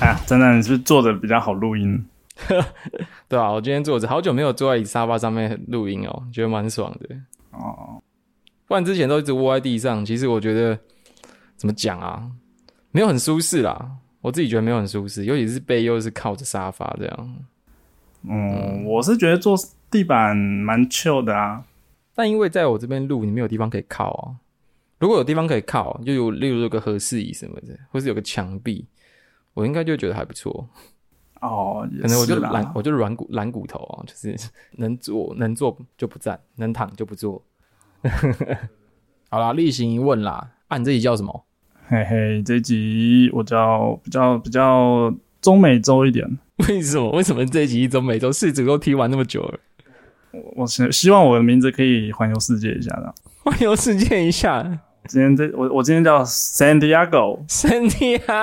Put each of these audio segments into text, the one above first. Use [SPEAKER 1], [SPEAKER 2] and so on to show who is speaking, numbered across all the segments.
[SPEAKER 1] 哎真的，你是坐着比较好录音。
[SPEAKER 2] 对啊，我今天坐着，好久没有坐在椅沙发上面录音哦，觉得蛮爽的。
[SPEAKER 1] 哦，
[SPEAKER 2] 不然之前都一直窝在地上，其实我觉得怎么讲啊，没有很舒适啦。我自己觉得没有很舒适，尤其是背又是靠着沙发这样。
[SPEAKER 1] 嗯，我是觉得坐地板蛮 chill 的啊。
[SPEAKER 2] 但因为在我这边录，你没有地方可以靠啊。如果有地方可以靠，就有例如有个合适椅什么的，或是有个墙壁，我应该就觉得还不错。
[SPEAKER 1] 哦，也
[SPEAKER 2] 可能我就是懒
[SPEAKER 1] 啦，。
[SPEAKER 2] 我就是软骨软骨头啊，就是 能坐能坐就不站，能躺就不坐。 好啦，例行一问啦，啊，你这集叫什么？
[SPEAKER 1] 嘿嘿，这一集我叫比较比较中美洲一点。
[SPEAKER 2] 为什么？为什么这一集一周每周四组都踢完那么久了？
[SPEAKER 1] 我我希希望我的名字可以环游世界一下的。
[SPEAKER 2] 环游世界一下
[SPEAKER 1] 今天这我我今天叫 San Diego，
[SPEAKER 2] ，San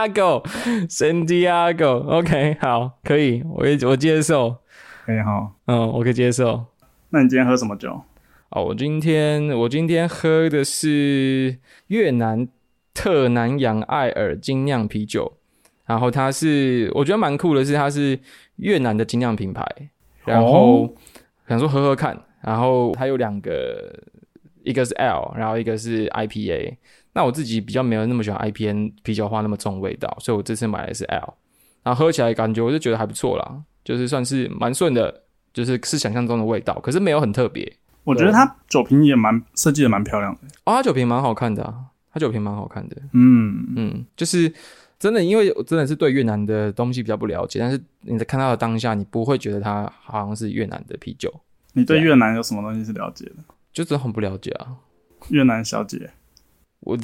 [SPEAKER 2] Diego，San Diego，OK，、好，可以，我也我接受，
[SPEAKER 1] 可以哈。
[SPEAKER 2] 嗯，我可以接受。
[SPEAKER 1] 哎那你今天喝什么酒？
[SPEAKER 2] 哦，我今天我今天喝的是越南特南洋艾尔精酿啤酒，然后它是我觉得蛮酷的是它是越南的精酿品牌，然后
[SPEAKER 1] 哦
[SPEAKER 2] 想说喝喝看，然后它有两个，一个是 L，然后一个是 IPA。那我自己比较没有那么喜欢 IPA 啤酒花那么重味道，所以我这次买的是 L，然后喝起来感觉我就觉得还不错啦，就是算是蛮顺的，就是是想象中的味道，可是没有很特别。
[SPEAKER 1] 我觉得它酒瓶也蛮设计的蛮漂亮的。
[SPEAKER 2] 哦，它酒瓶蛮好看的、啊，它酒瓶蛮好看的。
[SPEAKER 1] 嗯，
[SPEAKER 2] 嗯，就是真的，因为我真的是对越南的东西比较不了解，但是你在看到的当下，你不会觉得它好像是越南的啤酒，
[SPEAKER 1] 你对
[SPEAKER 2] 对啊
[SPEAKER 1] 越南有什么东西是了解的？
[SPEAKER 2] 就真的很不了解啊。
[SPEAKER 1] 越南小姐，
[SPEAKER 2] 我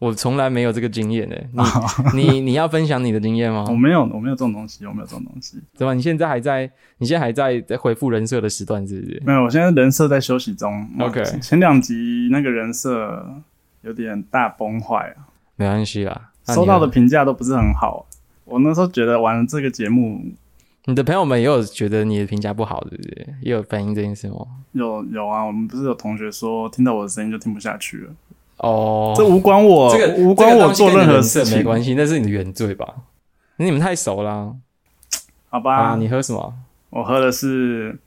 [SPEAKER 2] 我从来没有这个经验诶、 你你你要分享你的经验吗
[SPEAKER 1] 我？没有，我没有这种东西，我没有这种东西。
[SPEAKER 2] 怎么？你现在还在？你现在还在在回复人设的时段是不是？
[SPEAKER 1] 没有，我现在人设在休息中。我
[SPEAKER 2] OK
[SPEAKER 1] 前两集那个人设有点大崩坏啊，
[SPEAKER 2] 没关系啦，那你
[SPEAKER 1] 收到的评价都不是很好。我那时候觉得玩了这个节目
[SPEAKER 2] 你的朋友们也有觉得你的评价不好，对不对？也有反映这件事吗？
[SPEAKER 1] 有有啊，我们不是有同学说听到我的声音就听不下去了，
[SPEAKER 2] 哦，
[SPEAKER 1] 这无关我，
[SPEAKER 2] 这个
[SPEAKER 1] 无关我做任何事
[SPEAKER 2] 这个东西跟你的人设没
[SPEAKER 1] 情，
[SPEAKER 2] 关系，那是你的原罪吧？你们太熟啦、
[SPEAKER 1] 好
[SPEAKER 2] 啊
[SPEAKER 1] 吧？
[SPEAKER 2] 你喝什么？
[SPEAKER 1] 我喝的是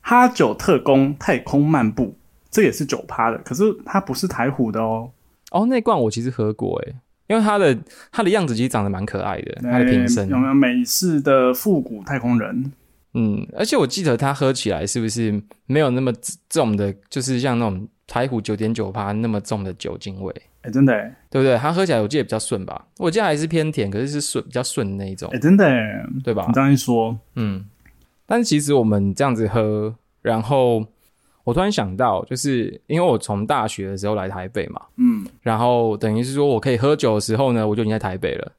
[SPEAKER 1] 哈九特工太空漫步，这也是九趴的，可是它不是台虎的哦，
[SPEAKER 2] 哦，那罐我其实喝过诶、因为它的它的样子其实长得蛮可爱的，它
[SPEAKER 1] 哎
[SPEAKER 2] 的瓶身，
[SPEAKER 1] 有没有美式的复古太空人？
[SPEAKER 2] 嗯，而且我记得它喝起来是不是没有那么重的，就是像那种台虎九点九趴那么重的酒精味，
[SPEAKER 1] 哎、真的哎、
[SPEAKER 2] 对不对？它喝起来我记得比较顺吧，我记得还是偏甜，可是是顺比较顺的那一种
[SPEAKER 1] 哎、，真的哎、
[SPEAKER 2] 对吧
[SPEAKER 1] 你？这样一说，
[SPEAKER 2] 嗯，但其实我们这样子喝，然后我突然想到，就是因为我从大学的时候来台北嘛，
[SPEAKER 1] 嗯，
[SPEAKER 2] 然后等于是说我可以喝酒的时候呢，我就已经在台北了。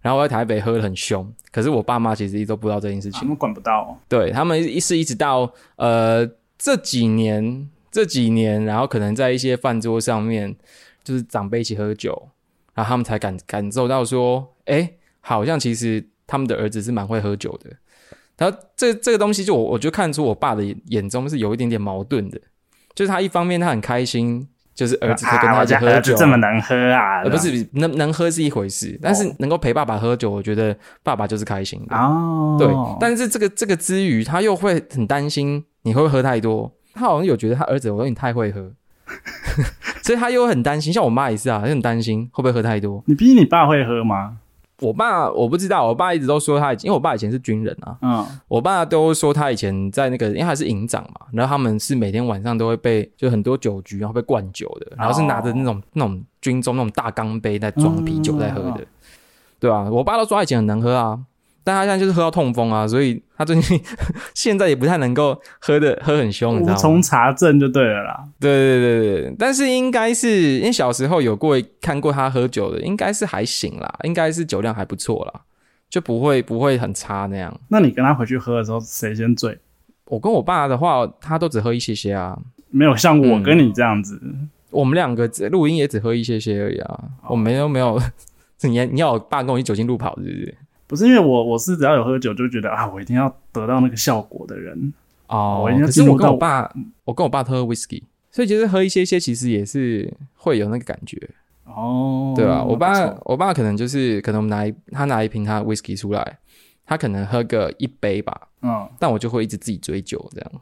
[SPEAKER 2] 然后我在台北喝的很凶，可是我爸妈其实一直都不知道这件事
[SPEAKER 1] 他
[SPEAKER 2] 情，
[SPEAKER 1] 们管不到，
[SPEAKER 2] 对他们一是一直到呃这几年这几年，然后可能在一些饭桌上面，就是长辈一起喝酒，然后他们才感感受到说，哎，好像其实他们的儿子是蛮会喝酒的。然后这这个东西就我我就看出我爸的眼眼中是有一点点矛盾的，就是他一方面他很开心，就是儿子可以跟
[SPEAKER 1] 啊，
[SPEAKER 2] 他
[SPEAKER 1] 我
[SPEAKER 2] 一起
[SPEAKER 1] 家
[SPEAKER 2] 喝
[SPEAKER 1] 儿子
[SPEAKER 2] 酒，
[SPEAKER 1] 这么能喝啊，
[SPEAKER 2] 呃，不是能能喝是一回事，但是能够陪爸爸喝酒，我觉得爸爸就是开心的。
[SPEAKER 1] 哦，
[SPEAKER 2] 对，但是这个这个之余，他又会很担心你会不会喝太多。他好像有觉得他儿子，我说你太会喝， 所以他又很担心。像我妈也是啊，她很担心会不会喝太多。
[SPEAKER 1] 你逼你爸会喝吗？
[SPEAKER 2] 我爸我不知道，我爸一直都说他，因为我爸以前是军人啊，
[SPEAKER 1] 嗯，
[SPEAKER 2] 我爸都说他以前在那个，因为他是营长嘛，然后他们是每天晚上都会被就很多酒局，然后被灌酒
[SPEAKER 1] 哦
[SPEAKER 2] 的，然后是拿着那种、那种军中那种大钢杯在装啤酒在喝
[SPEAKER 1] 嗯
[SPEAKER 2] 的，对啊，我爸都说他以前很能喝啊，但他现在就是喝到痛风啊，所以他最近 现在也不太能够喝的喝很凶，你知
[SPEAKER 1] 无
[SPEAKER 2] 道吗？
[SPEAKER 1] 从查证就对了啦。
[SPEAKER 2] 对对对对对，但是应该是因为小时候有过看过他喝酒的，应该是还行啦，应该是酒量还不错啦，就不会不会很差那样。
[SPEAKER 1] 那你跟他回去喝的时候，谁先醉？
[SPEAKER 2] 我跟我爸的话，他都只喝一些些啊，
[SPEAKER 1] 没有像我跟你这样子，
[SPEAKER 2] 我们两个只录音也只喝一些些而已啊，
[SPEAKER 1] 哦
[SPEAKER 2] 我们又没有， 你你要我爸跟我一起酒精路跑是不是？
[SPEAKER 1] 不是因为我我是只要有喝酒就觉得啊，我一定要得到那个效果的人。
[SPEAKER 2] 哦
[SPEAKER 1] 我一定要
[SPEAKER 2] 可是
[SPEAKER 1] 进
[SPEAKER 2] 我
[SPEAKER 1] 入
[SPEAKER 2] 跟
[SPEAKER 1] 到
[SPEAKER 2] 我爸，我跟我爸都喝 whisky，所以其实喝一些些其实也是会有那个感觉。
[SPEAKER 1] 哦，
[SPEAKER 2] 对啊，我
[SPEAKER 1] 那不
[SPEAKER 2] 爸
[SPEAKER 1] 错
[SPEAKER 2] 我爸可能就是可能我们拿一他拿一瓶他的 whisky 出来，他可能喝个一杯吧，
[SPEAKER 1] 嗯，
[SPEAKER 2] 但我就会一直自己追酒，这样
[SPEAKER 1] 哦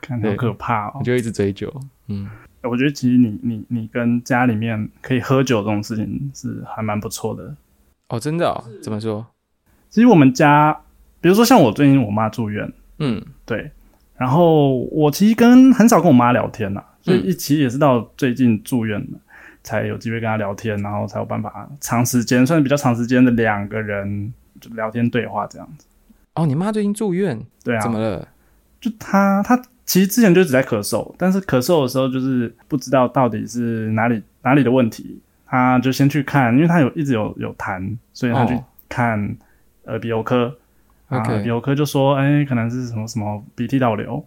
[SPEAKER 1] 看好
[SPEAKER 2] 对
[SPEAKER 1] 可怕哦
[SPEAKER 2] 我。就一直追酒。嗯，
[SPEAKER 1] 我觉得其实你你你跟家里面可以喝酒这种事情是还蛮不错的。
[SPEAKER 2] 哦，真的、哦？怎么说？
[SPEAKER 1] 其实我们家，比如说像我最近我妈住院，
[SPEAKER 2] 嗯
[SPEAKER 1] 对，然后我其实跟很少跟我妈聊天啦，所以一其实也是到最近住院了才有机会跟她聊天，然后才有办法长时间，算是比较长时间的两个人就聊天对话这样子。
[SPEAKER 2] 哦，你妈最近住院，
[SPEAKER 1] 对啊
[SPEAKER 2] 怎，么了？
[SPEAKER 1] 就她她其实之前就一直在咳嗽，但是咳嗽的时候就是不知道到底是哪里哪里的问题，她就先去看，因为她有一直有有痰，所以她去
[SPEAKER 2] 哦
[SPEAKER 1] 看耳鼻喉科。啊
[SPEAKER 2] OK
[SPEAKER 1] 有科就说，哎、可能是什么什么鼻涕倒流，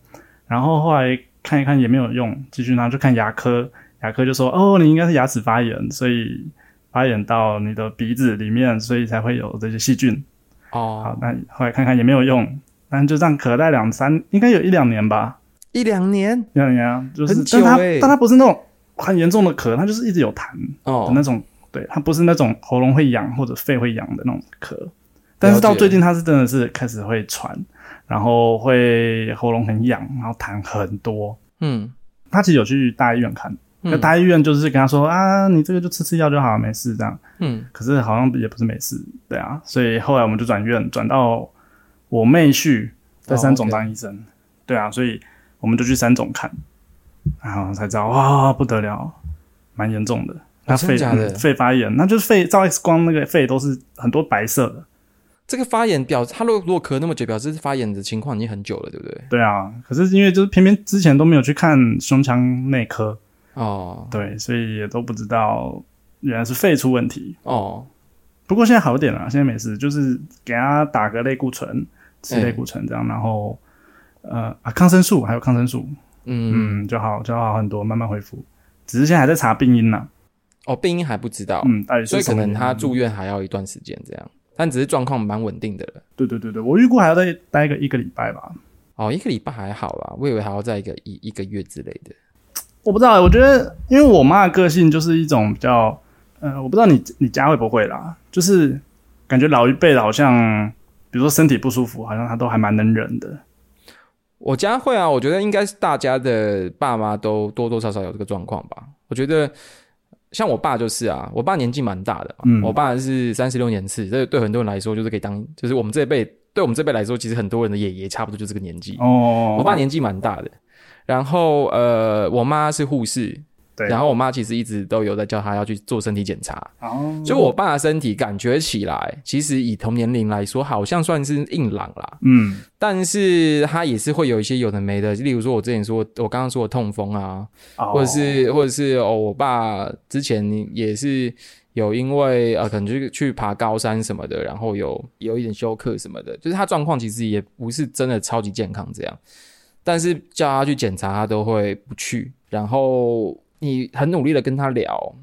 [SPEAKER 1] 然后后来看一看也没有用，继续拿去看牙科，牙科就说，哦，你应该是牙齿发炎，所以发炎到你的鼻子里面，所以才会有这些细菌。好
[SPEAKER 2] 哦，，
[SPEAKER 1] 那后来看看也没有用，但就这样咳了两三，应该有一两年吧，
[SPEAKER 2] 一两年
[SPEAKER 1] 一两年啊，就是，
[SPEAKER 2] 很久
[SPEAKER 1] 但他
[SPEAKER 2] 欸
[SPEAKER 1] 但他不是那种很严重的咳，他就是一直有痰的
[SPEAKER 2] 哦，
[SPEAKER 1] 那种，对，他不是那种喉咙会痒或者肺会痒的那种咳，但是到
[SPEAKER 2] 了解
[SPEAKER 1] 最近他是真的是开始会喘，然后会喉咙很痒，然后痰很多。
[SPEAKER 2] 嗯，
[SPEAKER 1] 他其实有去大医院看，那
[SPEAKER 2] 嗯
[SPEAKER 1] 大医院就是跟他说啊，你这个就吃吃药就好，没事这样。
[SPEAKER 2] 嗯
[SPEAKER 1] 可是好像也不是没事，对啊，所以后来我们就转院，转到我妹婿在三总
[SPEAKER 2] 哦，OK
[SPEAKER 1] 当医生，对啊，所以我们就去三总看，然后才知道哇不得了，蛮严重的。那
[SPEAKER 2] 哦真的
[SPEAKER 1] 肺、
[SPEAKER 2] 假的
[SPEAKER 1] 嗯肺发炎，那就是肺照 X 光那个肺都是很多白色的，
[SPEAKER 2] 这个发炎表，他如果如果咳那么久，表示发炎的情况已经很久了，对不对？
[SPEAKER 1] 对啊。可是因为就是偏偏之前都没有去看胸腔内科，
[SPEAKER 2] 哦
[SPEAKER 1] 对，所以也都不知道原来是肺出问题。
[SPEAKER 2] 哦，
[SPEAKER 1] 不过现在好一点了、现在没事，就是给他打个类固醇，吃
[SPEAKER 2] 哎
[SPEAKER 1] 类固醇这样，然后呃啊抗生素还有抗生素，
[SPEAKER 2] 嗯，
[SPEAKER 1] 嗯就好就好很多，慢慢恢复。只是现在还在查病因呢、
[SPEAKER 2] 哦，病因还不知道，
[SPEAKER 1] 嗯，到底
[SPEAKER 2] 所
[SPEAKER 1] 是
[SPEAKER 2] 以
[SPEAKER 1] 什
[SPEAKER 2] 可
[SPEAKER 1] 么原
[SPEAKER 2] 能
[SPEAKER 1] 因
[SPEAKER 2] 他住院还要一段时间这样，但只是状况蛮稳定的了。
[SPEAKER 1] 对对对对，我预估还要再待个一个礼拜吧。
[SPEAKER 2] 哦，一个礼拜还好啦，我以为还要在一个一一个月之类的。
[SPEAKER 1] 我不知道，我觉得因为我妈的个性就是一种比较，呃，我不知道你你家会不会啦，就是感觉老一辈的好像，比如说身体不舒服，好像她都还蛮能忍的。
[SPEAKER 2] 我家会啊，我觉得应该是大家的爸妈都多多少少有这个状况吧。我觉得像我爸就是啊，我爸年纪蛮大的嘛，
[SPEAKER 1] 嗯
[SPEAKER 2] 我爸是三十六年次，这对很多人来说就是可以当，就是我们这一辈，对我们这辈来说，其实很多人的爷爷差不多就这个年纪。
[SPEAKER 1] 哦，
[SPEAKER 2] 我爸年纪蛮大的，然后呃，我妈是护士，
[SPEAKER 1] 对
[SPEAKER 2] 然后我妈其实一直都有在叫她要去做身体检查，
[SPEAKER 1] 哦，
[SPEAKER 2] 所以我爸的身体感觉起来，其实以同年龄来说，好像算是硬朗啦，
[SPEAKER 1] 嗯
[SPEAKER 2] 但是他也是会有一些有的没的，例如说我之前说，我刚刚说我痛风啊，
[SPEAKER 1] 哦
[SPEAKER 2] 或者是或者是哦，我爸之前也是有因为呃，可能去去爬高山什么的，然后有有一点休克什么的，就是他状况其实也不是真的超级健康这样，但是叫他去检查，他都会不去，然后你很努力的跟他聊。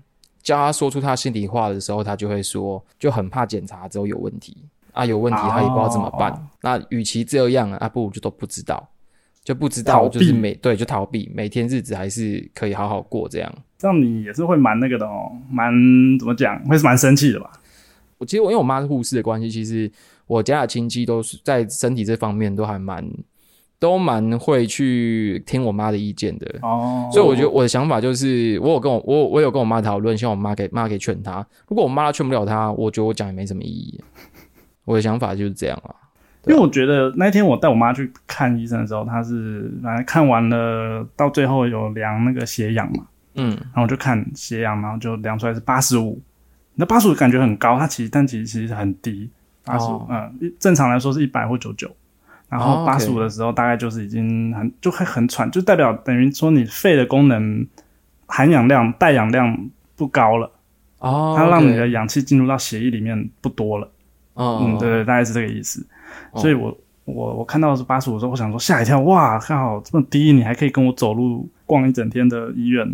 [SPEAKER 2] 叫他说出他心里话的时候，他就会说，就很怕检查之后有问题啊，有问题他也不知道怎么办。
[SPEAKER 1] 哦
[SPEAKER 2] 那与其这样啊，不如就都不知道，就不知道，
[SPEAKER 1] 逃避
[SPEAKER 2] 就是每对就逃避，每天日子还是可以好好过这样。
[SPEAKER 1] 这样你也是会蛮那个的哦，蛮怎么讲，会是蛮生气的吧？
[SPEAKER 2] 我其实我因为我妈是护士的关系，其实我家的亲戚都是在身体这方面都还蛮都蛮会去听我妈的意见的。
[SPEAKER 1] 哦
[SPEAKER 2] 所以我觉得我的想法就是，我有跟我我我有跟我妈讨论，希望我妈可以妈可以劝她。如果我妈劝不了她，我觉得我讲也没什么意义。我的想法就是这样啊。
[SPEAKER 1] 因为我觉得那天我带我妈去看医生的时候，她是反正看完了，到最后有量那个血氧嘛，
[SPEAKER 2] 嗯，
[SPEAKER 1] 然后我就看血氧，然后就量出来是八十五，那八十五感觉很高，它其实但其实其实很低，八十五
[SPEAKER 2] 哦，
[SPEAKER 1] 嗯，一正常来说是一百或九九，然
[SPEAKER 2] 哦
[SPEAKER 1] 后八
[SPEAKER 2] ，OK
[SPEAKER 1] 十五的时候大概就是已经很就会很喘，就代表等于说你肺的功能含氧量、带氧量不高了。
[SPEAKER 2] 哦，
[SPEAKER 1] 它让你
[SPEAKER 2] OK
[SPEAKER 1] 的氧气进入到血液里面不多了。
[SPEAKER 2] 嗯
[SPEAKER 1] 嗯，对对，大概是这个意思。
[SPEAKER 2] 哦
[SPEAKER 1] 所以我我我看到的是八十五时候，我想说吓一跳，哇靠，这么低，你还可以跟我走路逛一整天的医院，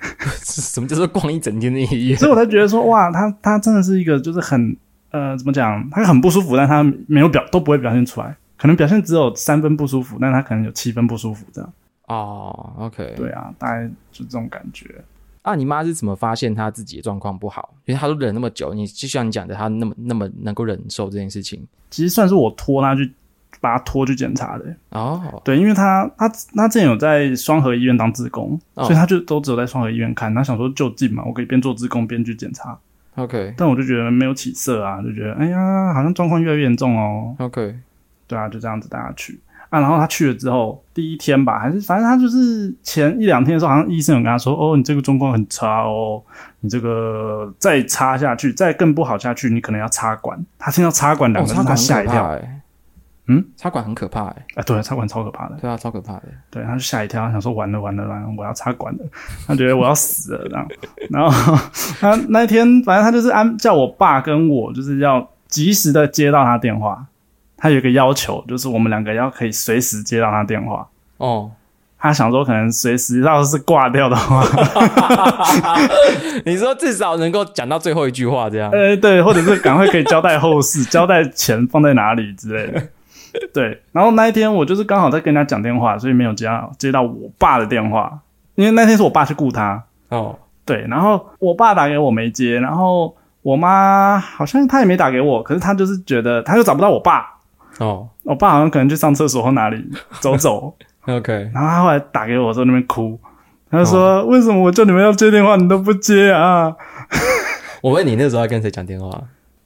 [SPEAKER 2] 什么叫做逛一整天的医院？
[SPEAKER 1] 所以我才觉得说哇，他他真的是一个就是很呃怎么讲，他很不舒服，但他没有表都不会表现出来。可能表现只有三分不舒服，但他可能有七分不舒服这样。
[SPEAKER 2] 哦，OK，
[SPEAKER 1] 对啊，大概就这种感觉。
[SPEAKER 2] 啊，你妈是怎么发现她自己的状况不好？因为她都忍那么久，你就像你讲的，她那么那么能够忍受这件事情。
[SPEAKER 1] 其实算是我拖他去，把他拖去检查的、欸
[SPEAKER 2] 哦，
[SPEAKER 1] 对，因为他他他之前有在双河医院当志工，
[SPEAKER 2] 哦
[SPEAKER 1] 所以他就都只有在双河医院看。他想说就近嘛，我可以边做志工边去检查。
[SPEAKER 2] OK
[SPEAKER 1] 但我就觉得没有起色啊，就觉得哎呀，好像状况越来越严重哦。
[SPEAKER 2] OK，
[SPEAKER 1] 对啊，就这样子带他去啊。然后他去了之后，第一天吧，还是反正他就是前一两天的时候，好像医生有跟他说，哦，你这个状况很差哦，你这个再插下去，再更不好下去，你可能要插管。他听到插管两
[SPEAKER 2] 哦，
[SPEAKER 1] 个字，
[SPEAKER 2] 插管
[SPEAKER 1] 他
[SPEAKER 2] 很
[SPEAKER 1] 吓一
[SPEAKER 2] 可
[SPEAKER 1] 跳
[SPEAKER 2] 怕。哎。
[SPEAKER 1] 嗯，
[SPEAKER 2] 插管很可怕哎，
[SPEAKER 1] 啊，对，插管超可怕的。
[SPEAKER 2] 对啊，超可怕的。
[SPEAKER 1] 对，他就吓一跳，他想说完了完了完了，我要插管了，他觉得我要死了这样。然后他那一天，反正他就是安叫我爸跟我，就是要及时的接到他电话。他有一个要求，就是我们两个要可以随时接到他电话。
[SPEAKER 2] 哦，
[SPEAKER 1] 他想说，可能随时要是挂掉的话，
[SPEAKER 2] 你说至少能够讲到最后一句话这样。
[SPEAKER 1] 呃，对，或者是赶快可以交代后事，交代钱放在哪里之类的。对，然后那一天我就是刚好在跟人家讲电话，所以没有接到接到我爸的电话，因为那天是我爸去雇他，
[SPEAKER 2] 哦，
[SPEAKER 1] 对，然后我爸打给我没接，然后我妈好像她也没打给我，可是她就是觉得她就找不到我爸，
[SPEAKER 2] 哦
[SPEAKER 1] 我爸好像可能去上厕所或哪里走走，
[SPEAKER 2] ，OK，
[SPEAKER 1] 然后他后来打给我说那边哭，他就说、
[SPEAKER 2] 哦
[SPEAKER 1] 为什么我叫你们要接电话你都不接啊？
[SPEAKER 2] 我问你那时候在跟谁讲电话？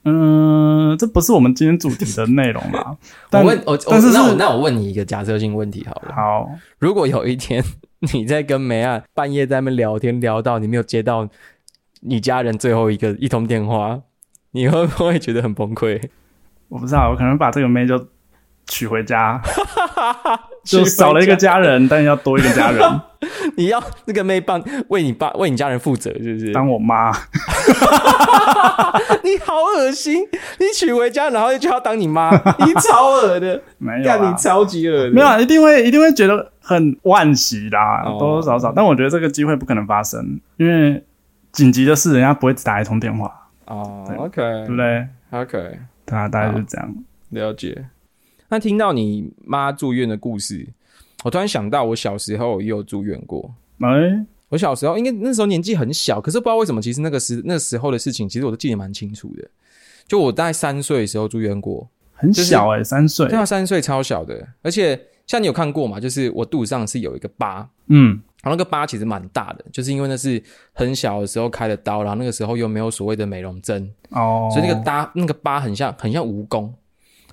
[SPEAKER 1] 嗯，这不是我们今天主题的内容吧？
[SPEAKER 2] 我
[SPEAKER 1] 但
[SPEAKER 2] 问我，
[SPEAKER 1] 但是
[SPEAKER 2] 我那我
[SPEAKER 1] 是
[SPEAKER 2] 那我问你一个假设性问题好了，
[SPEAKER 1] 好，
[SPEAKER 2] 如果有一天 你在跟梅亚半夜在那边聊天，聊到你没有接到你家人最后一个一通电话，你会不会觉得很崩溃？
[SPEAKER 1] 我不知道，我可能把这个妹就娶回 家，就少了一个
[SPEAKER 2] 家，
[SPEAKER 1] 家人，但要多一个 家人，
[SPEAKER 2] 你要那个妹帮为你爸为你家人负责，是不是？
[SPEAKER 1] 当我妈。
[SPEAKER 2] 你好恶心！你娶回家，然后就要当你 妈，你超恶的，
[SPEAKER 1] 没有
[SPEAKER 2] 干
[SPEAKER 1] 啊
[SPEAKER 2] 你超级恶的，
[SPEAKER 1] 没有、啊，一定会一定会觉得很惋惜啦，
[SPEAKER 2] 哦
[SPEAKER 1] 多多少少。但我觉得这个机会不可能发生，因为紧急的事人家不会只打一通电话，
[SPEAKER 2] 哦
[SPEAKER 1] 对嗯
[SPEAKER 2] ，OK，
[SPEAKER 1] 对不对？
[SPEAKER 2] OK，
[SPEAKER 1] 对啊，大概就是这样。
[SPEAKER 2] 了解。那听到你妈住院的故事，我突然想到我小时候也有住院过。
[SPEAKER 1] 哎、
[SPEAKER 2] 我小时候应该那时候年纪很小，可是不知道为什么，其实那个时那时候的事情，其实我都记得蛮清楚的。就我大概三岁的时候住院过，
[SPEAKER 1] 很
[SPEAKER 2] 就是
[SPEAKER 1] 小哎、三岁
[SPEAKER 2] 对，啊，三岁超小的，而且像你有看过嘛，就是我肚子上是有一个疤，
[SPEAKER 1] 嗯，
[SPEAKER 2] 然后那个疤其实蛮大的，就是因为那是很小的时候开的刀，然后那个时候又没有所谓的美容针，
[SPEAKER 1] 哦，
[SPEAKER 2] 所以那个搭那个疤很像很像蜈蚣，
[SPEAKER 1] 嗯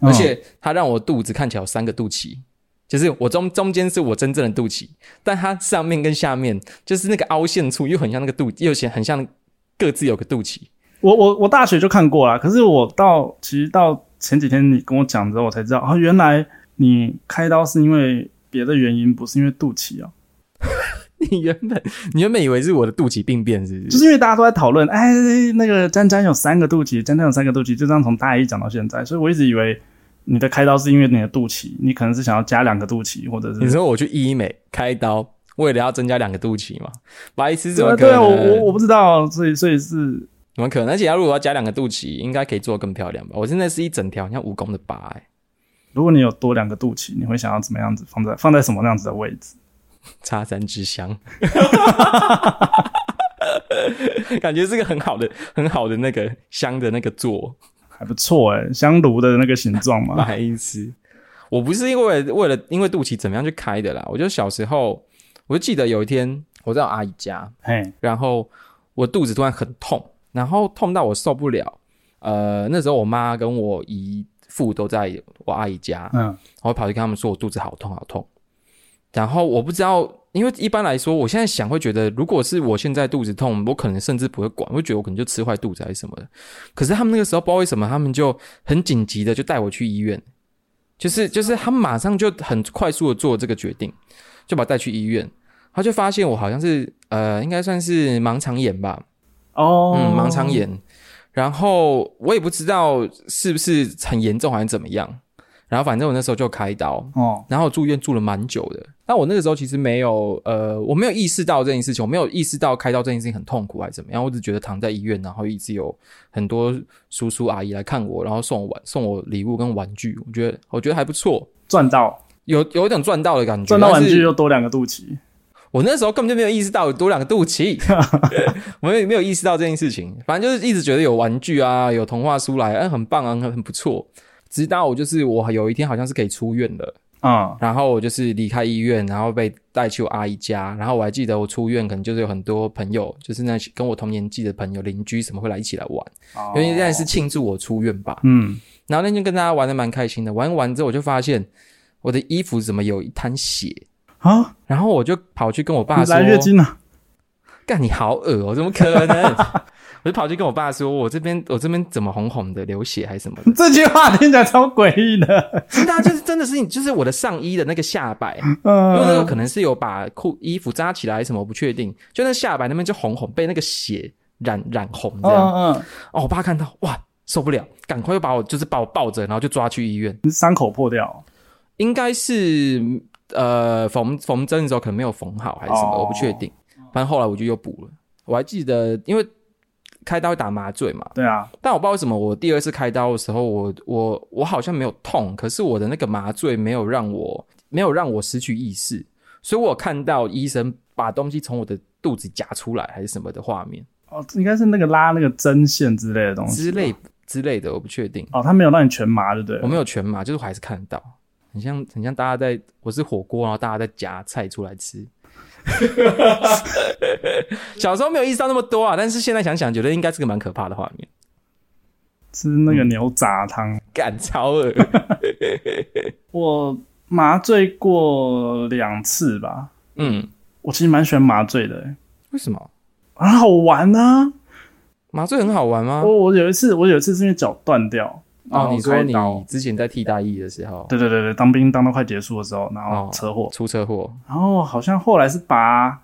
[SPEAKER 2] 而且它让我肚子看起来有三个肚脐，就是我中中间是我真正的肚脐，但它上面跟下面就是那个凹陷处又很像那个肚，又显很像各自有个肚脐。
[SPEAKER 1] 我我我大学就看过啦，可是我到其实到前几天你跟我讲之后，我才知道哦，原来你开刀是因为别的原因，不是因为肚脐哦、
[SPEAKER 2] 你原本你原本以为是我的肚脐病变，是不？
[SPEAKER 1] 就是是因为大家都在讨论，哎，那个詹詹有三个肚脐，詹詹有三个肚脐，就这样从大一讲到现在，所以我一直以为你的开刀是因为你的肚脐，你可能是想要加两个肚脐，或者
[SPEAKER 2] 你
[SPEAKER 1] 是
[SPEAKER 2] 说我去医美开刀，为了要增加两个肚脐嘛？白痴怎
[SPEAKER 1] 对
[SPEAKER 2] 么
[SPEAKER 1] 啊
[SPEAKER 2] 可
[SPEAKER 1] 对啊，
[SPEAKER 2] 能？
[SPEAKER 1] 我我我不知道，所以所以是
[SPEAKER 2] 怎么可能？而且要如果要加两个肚脐，应该可以做得更漂亮吧？我现在是一整条像蜈蚣的疤、欸，
[SPEAKER 1] 如果你有多两个肚脐，你会想要怎么样子放在放在什么样子的位置？
[SPEAKER 2] 插三支香， 感觉是个很好的、很好的那个香的那个座，
[SPEAKER 1] 还不错 哎、香炉的那个形状嘛，
[SPEAKER 2] 白痴。我不是因为为了因为肚脐怎么样去开的啦，我就小时候，我就记得有一天我在我阿姨家，
[SPEAKER 1] 嘿，
[SPEAKER 2] 然后我肚子突然很痛，然后痛到我受不了。呃，那时候我妈跟我姨父都在我阿姨家，
[SPEAKER 1] 嗯，
[SPEAKER 2] 我跑去跟他们说我肚子好痛好痛。然后我不知道，因为一般来说，我现在想会觉得，如果是我现在肚子痛，我可能甚至不会管，我会觉得我可能就吃坏肚子还是什么的。可是他们那个时候不知道为什么，他们就很紧急的就带我去医院，就是就是他们马上就很快速的做这个决定，就把我带去医院。他就发现我好像是呃，应该算是盲肠炎吧，
[SPEAKER 1] 哦，
[SPEAKER 2] 嗯，盲肠，炎。然后我也不知道是不是很严重还是怎么样，然后反正我那时候就开刀，
[SPEAKER 1] 哦，
[SPEAKER 2] 然后住院住了蛮久的。那我那个时候其实没有，呃，我没有意识到这件事情，我没有意识到开刀这件事情很痛苦还是怎么样，我只觉得躺在医院，然后一直有很多叔叔阿姨来看我，然后送我玩送我礼物跟玩具，我觉得我觉得还不错，
[SPEAKER 1] 赚到
[SPEAKER 2] 有有一种赚到的感觉。
[SPEAKER 1] 赚到玩
[SPEAKER 2] 但是
[SPEAKER 1] 具又多两个肚脐，
[SPEAKER 2] 我那时候根本就没有意识到有多两个肚脐，我没有没有意识到这件事情。反正就是一直觉得有玩具啊，有童话书来，哎、很棒啊，很很不错。直到我就是我有一天好像是可以出院了，
[SPEAKER 1] 啊、
[SPEAKER 2] 然后我就是离开医院，然后被带去我阿姨家。然后我还记得我出院，可能就是有很多朋友，就是那些跟我同年纪的朋友、邻居什么会来一起来玩，
[SPEAKER 1] 哦
[SPEAKER 2] 因为那是庆祝我出院吧。
[SPEAKER 1] 嗯，
[SPEAKER 2] 然后那天跟大家玩的蛮开心的，玩完之后我就发现我的衣服怎么有一滩血，
[SPEAKER 1] 啊，
[SPEAKER 2] 然后我就跑去跟我爸
[SPEAKER 1] 你
[SPEAKER 2] 说
[SPEAKER 1] 来月：“经了，
[SPEAKER 2] 干你好恶哦、怎么可能？” 我就跑去跟我爸说：“我这边我这边怎么红红的，流血还是什么的？”
[SPEAKER 1] 这句话听起来超诡异的，
[SPEAKER 2] 真的啊、就是真的是你就是我的上衣的那个下摆，因为那个
[SPEAKER 1] 嗯，
[SPEAKER 2] 可能是有把裤衣服扎起来什么，我不确定。就那下摆那边就红红，被那个血染染红这样。
[SPEAKER 1] 嗯嗯
[SPEAKER 2] 哦，我爸看到哇受不了，赶快就把我就是把我抱着，然后就抓去医院。
[SPEAKER 1] 嗯，伤口破掉，
[SPEAKER 2] 应该是呃缝缝针的时候可能没有缝好还是什么，
[SPEAKER 1] 哦
[SPEAKER 2] 我不确定。反正后来我就又补了。我还记得，因为开刀会打麻醉嘛，
[SPEAKER 1] 对啊，
[SPEAKER 2] 但我不知道为什么，我第二次开刀的时候，我我我好像没有痛，可是我的那个麻醉没有让我没有让我失去意识，所以我有看到医生把东西从我的肚子夹出来还是什么的画面
[SPEAKER 1] 哦，应该是那个拉那个针线之类的东西
[SPEAKER 2] 之类之类的，我不确定，
[SPEAKER 1] 哦，他没有让你全麻，对不对了？
[SPEAKER 2] 我没有全麻，就是我还是看得到，很像很像大家在我是火锅，然后大家在夹菜出来吃。小时候没有意识到那么多啊，但是现在想想，觉得应该是个蛮可怕的画面。
[SPEAKER 1] 吃那个牛杂汤，
[SPEAKER 2] 干超恶，
[SPEAKER 1] 我麻醉过两次吧，
[SPEAKER 2] 嗯，
[SPEAKER 1] 我其实蛮喜欢麻醉的、欸，
[SPEAKER 2] 为什么
[SPEAKER 1] 很好玩啊！
[SPEAKER 2] 麻醉很好玩吗？
[SPEAKER 1] 我我有一次，我有一次是因为脚断掉，然
[SPEAKER 2] 哦，
[SPEAKER 1] 后
[SPEAKER 2] 你说
[SPEAKER 1] 开
[SPEAKER 2] 你
[SPEAKER 1] 刀
[SPEAKER 2] 之前在替代役的时候
[SPEAKER 1] 对对对对，当兵当到快结束的时候，然
[SPEAKER 2] 哦
[SPEAKER 1] 后车祸，
[SPEAKER 2] 出车祸，
[SPEAKER 1] 然后好像后来是拔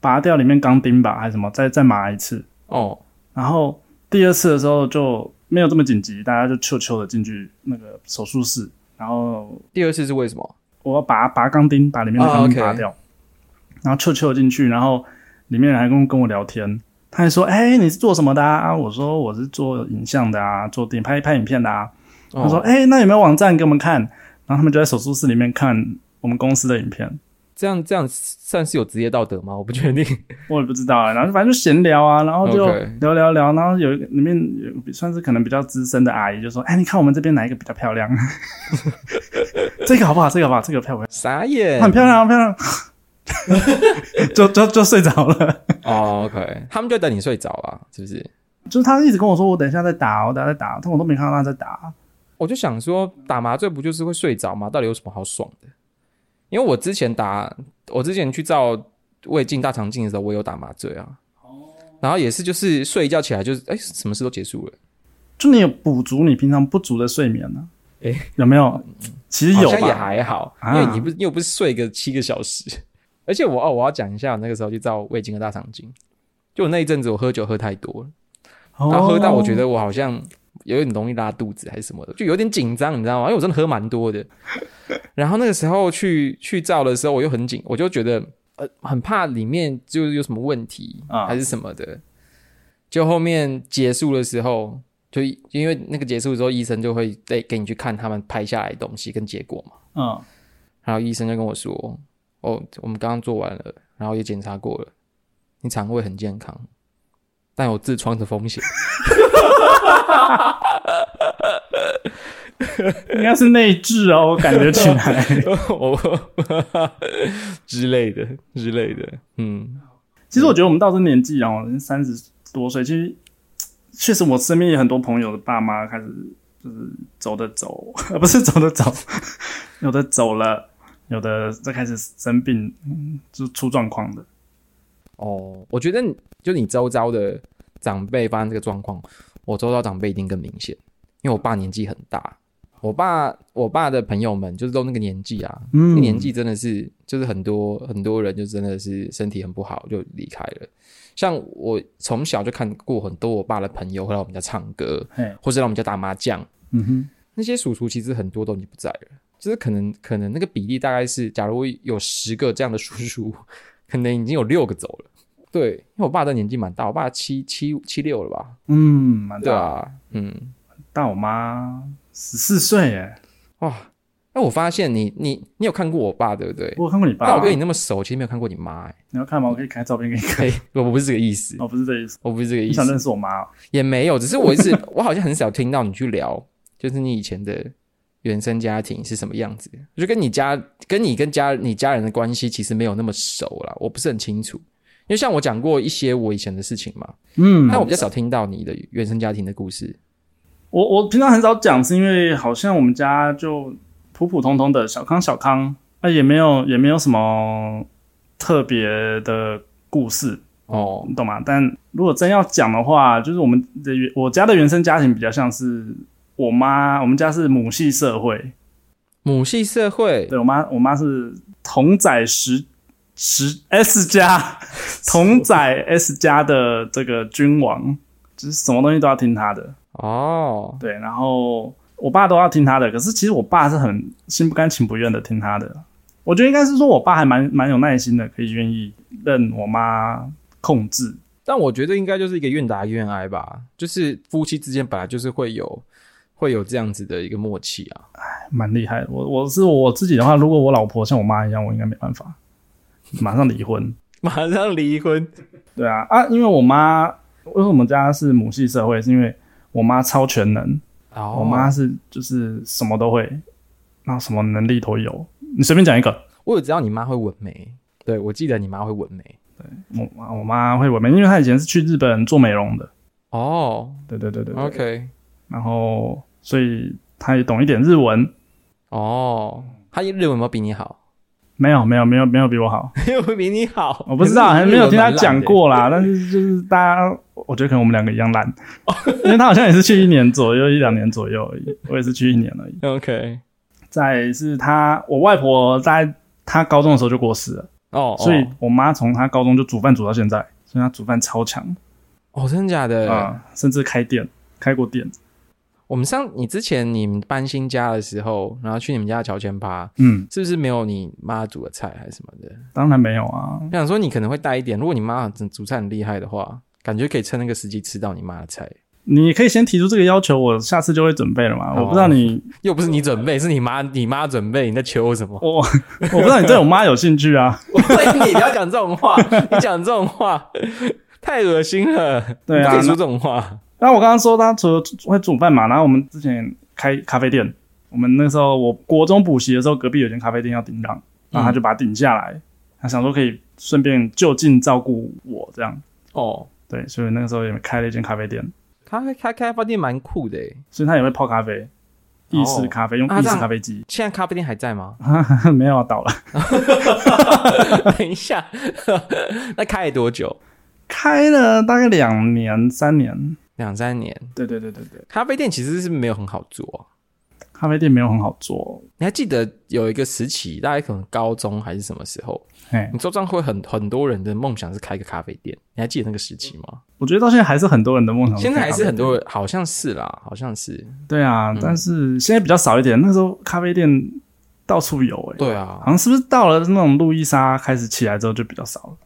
[SPEAKER 1] 拔掉里面钢钉吧，还是什么，再再麻一次，
[SPEAKER 2] 哦，
[SPEAKER 1] 然后第二次的时候就没有这么紧急，大家就悄悄的进去那个手术室，然后
[SPEAKER 2] 第二次是为什么？
[SPEAKER 1] 我要拔拔钢钉，把里面的
[SPEAKER 2] 哦
[SPEAKER 1] 钢钉
[SPEAKER 2] ，OK
[SPEAKER 1] 拔掉，然后悄悄地进去，然后里面人还跟跟我聊天，他还说：“哎、你是做什么的啊啊？”我说：“我是做影像的啊，做电拍拍影片的啊。”
[SPEAKER 2] 他
[SPEAKER 1] 他说：“哎、那有没有网站给我们看？”然后他们就在手术室里面看我们公司的影片，
[SPEAKER 2] 这样这样算是有职业道德吗？我不确定。
[SPEAKER 1] 我也不知道、啊。然后反正就闲聊啊，然后就
[SPEAKER 2] OK
[SPEAKER 1] 聊聊聊，然后有一个里面有算是可能比较资深的阿姨就说：“哎、你看我们这边哪一个比较漂亮？ 这个好不好？这个好不好？这个漂不漂亮？
[SPEAKER 2] 傻眼
[SPEAKER 1] 很漂亮，很漂亮。 就”就就睡着了。
[SPEAKER 2] 哦，OK，他们 就等你睡着啊，是不是？
[SPEAKER 1] 就是他一直跟我说：“我等一下再打，我哦等一下再打。”但我都没看到他在打。
[SPEAKER 2] 我就想说，打麻醉不就是会睡着吗？到底有什么好爽的？因为我之前打，我之前去照胃镜、大肠镜的时候，我有打麻醉啊。
[SPEAKER 1] 哦
[SPEAKER 2] 然后也是，就是睡一觉起来，就是哎，什么事都结束了。
[SPEAKER 1] 就你有补足你平常不足的睡眠呢、
[SPEAKER 2] 哎
[SPEAKER 1] 有没有？其实有
[SPEAKER 2] 好像也
[SPEAKER 1] 吧。
[SPEAKER 2] 还好，因
[SPEAKER 1] 啊
[SPEAKER 2] 为你不又不是睡个七个小时， 而且我哦，我要讲一下，我那个时候去照胃镜和大肠镜，就我那一阵子我喝酒喝太多了，
[SPEAKER 1] 哦
[SPEAKER 2] 然后喝到我觉
[SPEAKER 1] 得。
[SPEAKER 2] 得我好像有点容易拉肚子还是什么的，就有点紧张，你知道吗？因为我真的喝蛮 多的，然后那个时候去去照的时候，我又很紧，我就觉得呃很怕里面就是有什么问题
[SPEAKER 1] 啊
[SPEAKER 2] 还是什么的，就后面结束的时候。就因为那个结束的时候，医生就会带给你去看他们拍下来的东西跟结果嘛。
[SPEAKER 1] 嗯，
[SPEAKER 2] 然后医生就跟我说：“哦，我们刚刚做完了，然后也检查过了，你肠胃很健康，但有痔疮的风险。
[SPEAKER 1] 应该是内置哦，我感觉起来。
[SPEAKER 2] 我”哦 之类的之类的，嗯，
[SPEAKER 1] 其实我觉得我们到这年纪哦，三十多岁，其实确实我身边也很多朋友的爸妈开始就是走的走， 呃不是走的走，有的走了，有的在开始生病，嗯就出状况的。
[SPEAKER 2] 哦，我觉得你就你周遭的长辈发生这个状况，我周遭长辈一定更明显，因为我爸年纪很大，我爸我爸的朋友们就是都那个年纪啊，
[SPEAKER 1] 嗯
[SPEAKER 2] 那年纪真的是，就是很多很多人就真的是身体很不好就离开了。像我从小就看过很多我爸的朋友会来我们家唱歌
[SPEAKER 1] 嘿，
[SPEAKER 2] 或是来我们家打麻将，
[SPEAKER 1] 嗯哼，
[SPEAKER 2] 那些叔叔其实很多都已经不在了，就是可能可能那个比例大概是，假如有十个这样的叔叔， 可能已经有六个走了。对，因为我爸的年纪蛮大，我爸七七七六了吧？
[SPEAKER 1] 嗯，蛮
[SPEAKER 2] 对啊
[SPEAKER 1] 大，
[SPEAKER 2] 啊，嗯，
[SPEAKER 1] 大我妈十四岁耶，
[SPEAKER 2] 哇，哎，我发现你你你有看过我爸对不对？
[SPEAKER 1] 我有看过你爸，
[SPEAKER 2] 那我跟你那么熟，其实没有看过你妈、欸。
[SPEAKER 1] 你要看吗？我可以开照片给你看。
[SPEAKER 2] 哎、我我不是这个意思，
[SPEAKER 1] 哦，不是这意思，
[SPEAKER 2] 我不是这个意
[SPEAKER 1] 你想
[SPEAKER 2] 思，
[SPEAKER 1] 认识我妈哦？
[SPEAKER 2] 也没有，只是我一直 我好像很少听到你去聊，就是你以前的原生家庭是什么样子，就跟你家跟你跟家你家人的关系其实没有那么熟啦，我不是很清楚。因为像我讲过一些我以前的事情嘛，
[SPEAKER 1] 嗯，
[SPEAKER 2] 但我比较少听到你的原生家庭的故事。
[SPEAKER 1] 我我平常很少讲，是因为好像我们家就普普通通的小康小康，啊，也没有也没有什么特别的故事，
[SPEAKER 2] 哦，
[SPEAKER 1] 你懂吗？但如果真要讲的话，就是我们的原我家的原生家庭比较像是我妈，我们家是母系社会，
[SPEAKER 2] 母系社会，
[SPEAKER 1] 对我妈，我妈是同仔十十 S 家同仔 S 家的这个君王，就是什么东西都要听她的。
[SPEAKER 2] 哦，
[SPEAKER 1] 对，然后我爸都要听他的，可是其实我爸是很心不甘情不愿的听他的。我觉得应该是说我爸还蛮蛮有耐心的，可以愿意任我妈控制。
[SPEAKER 2] 但我觉得应该就是一个愿打愿挨吧，就是夫妻之间本来就是会有会有这样子的一个默契啊。
[SPEAKER 1] 蛮厉害的。我我是我自己的话，如果我老婆像我妈一样，我应该没办法，马上离婚。
[SPEAKER 2] 马上离婚，
[SPEAKER 1] 对啊啊，因为我妈为什么我们家是母系社会，是因为我妈超全能，
[SPEAKER 2] 哦
[SPEAKER 1] 我妈是就是什么都会，然后什么能力都有。你随便讲一个，
[SPEAKER 2] 我有知道你妈会纹眉，对我记得你妈会纹眉。
[SPEAKER 1] 我妈我妈会纹眉，因为她以前是去日本做美容的。
[SPEAKER 2] 哦
[SPEAKER 1] 对对对对对
[SPEAKER 2] ，OK，
[SPEAKER 1] 然后所以他也懂一点日文。
[SPEAKER 2] 哦，她日文有没有比你好？
[SPEAKER 1] 没有没有没有没有比我好，
[SPEAKER 2] 没有比你好，
[SPEAKER 1] 我不知道，还没有听他讲
[SPEAKER 2] 可是你日文蛮烂的欸。
[SPEAKER 1] 过啦。但是就是大家，我觉得可能我们两个一样 烂，因为他好像也是去一年左右，一两年左右而已，我也是去一年而已。
[SPEAKER 2] OK，
[SPEAKER 1] 再是他，我外婆在她高中的时候就过世了，
[SPEAKER 2] 哦，
[SPEAKER 1] 所以
[SPEAKER 2] 哦
[SPEAKER 1] 我妈从她高中就煮饭煮到现在，所以她煮饭超强
[SPEAKER 2] 哦，真的假
[SPEAKER 1] 啊、
[SPEAKER 2] 的？
[SPEAKER 1] 甚至开店，开过店。
[SPEAKER 2] 我们上你之前你们搬新家的时候，然后去你们家的乔前趴，
[SPEAKER 1] 嗯，
[SPEAKER 2] 是不是没有你妈煮的菜还是什么的？
[SPEAKER 1] 当然没有啊，
[SPEAKER 2] 我想说你可能会带一点，如果你妈煮煮菜很厉害的话，感觉可以趁那个时机吃到你妈的菜。
[SPEAKER 1] 你可以先提出这个要求，我下次就会准备了嘛。
[SPEAKER 2] 啊
[SPEAKER 1] 我不知道你
[SPEAKER 2] 又不是你准备，是你妈你妈准备，你在求我什么？
[SPEAKER 1] 我 我不知道你对我妈有兴趣啊？
[SPEAKER 2] 我对你不要讲这种话，你讲这种话太恶心了。
[SPEAKER 1] 对啊
[SPEAKER 2] 你不可以说这种话。
[SPEAKER 1] 那我刚刚说她除了会煮饭嘛，然后我们之前开咖啡店，我们那时候我国中补习的时候，隔壁有间咖啡店要顶让，然后她就把它顶下来，她想说可以顺便就近照顾我这样。
[SPEAKER 2] 哦，
[SPEAKER 1] 对，所以那个时候也开了一间咖啡店，
[SPEAKER 2] 咖啡开咖啡店蛮酷的欸诶。
[SPEAKER 1] 所以她也会泡咖啡，意式咖啡、用
[SPEAKER 2] 啊
[SPEAKER 1] 意
[SPEAKER 2] 这
[SPEAKER 1] 式
[SPEAKER 2] 样
[SPEAKER 1] 咖啡机，？
[SPEAKER 2] 现在咖啡店还在吗
[SPEAKER 1] 没有啊倒了。
[SPEAKER 2] 等一下， 那开了多久？
[SPEAKER 1] 开了大概两年三年，
[SPEAKER 2] 两三年。
[SPEAKER 1] 对对对对对，
[SPEAKER 2] 咖啡店其实是没有很好做啊、
[SPEAKER 1] 咖啡店没有很好做，
[SPEAKER 2] 你还记得有一个时期，大概可能高中还是什么时候，
[SPEAKER 1] 嘿，
[SPEAKER 2] 你周遭会很很多人的梦想是开一个咖啡店，你还记得那个时期吗？
[SPEAKER 1] 我觉得到现在还是很多人的梦想。
[SPEAKER 2] 现在还是很多人，好像是啦，好像是，
[SPEAKER 1] 对啊，
[SPEAKER 2] 嗯
[SPEAKER 1] 但是现在比较少一点。那时候咖啡店到处有、欸，
[SPEAKER 2] 对
[SPEAKER 1] 好
[SPEAKER 2] 啊，
[SPEAKER 1] 像是不是到了那种路易莎开始起来之后就比较少了？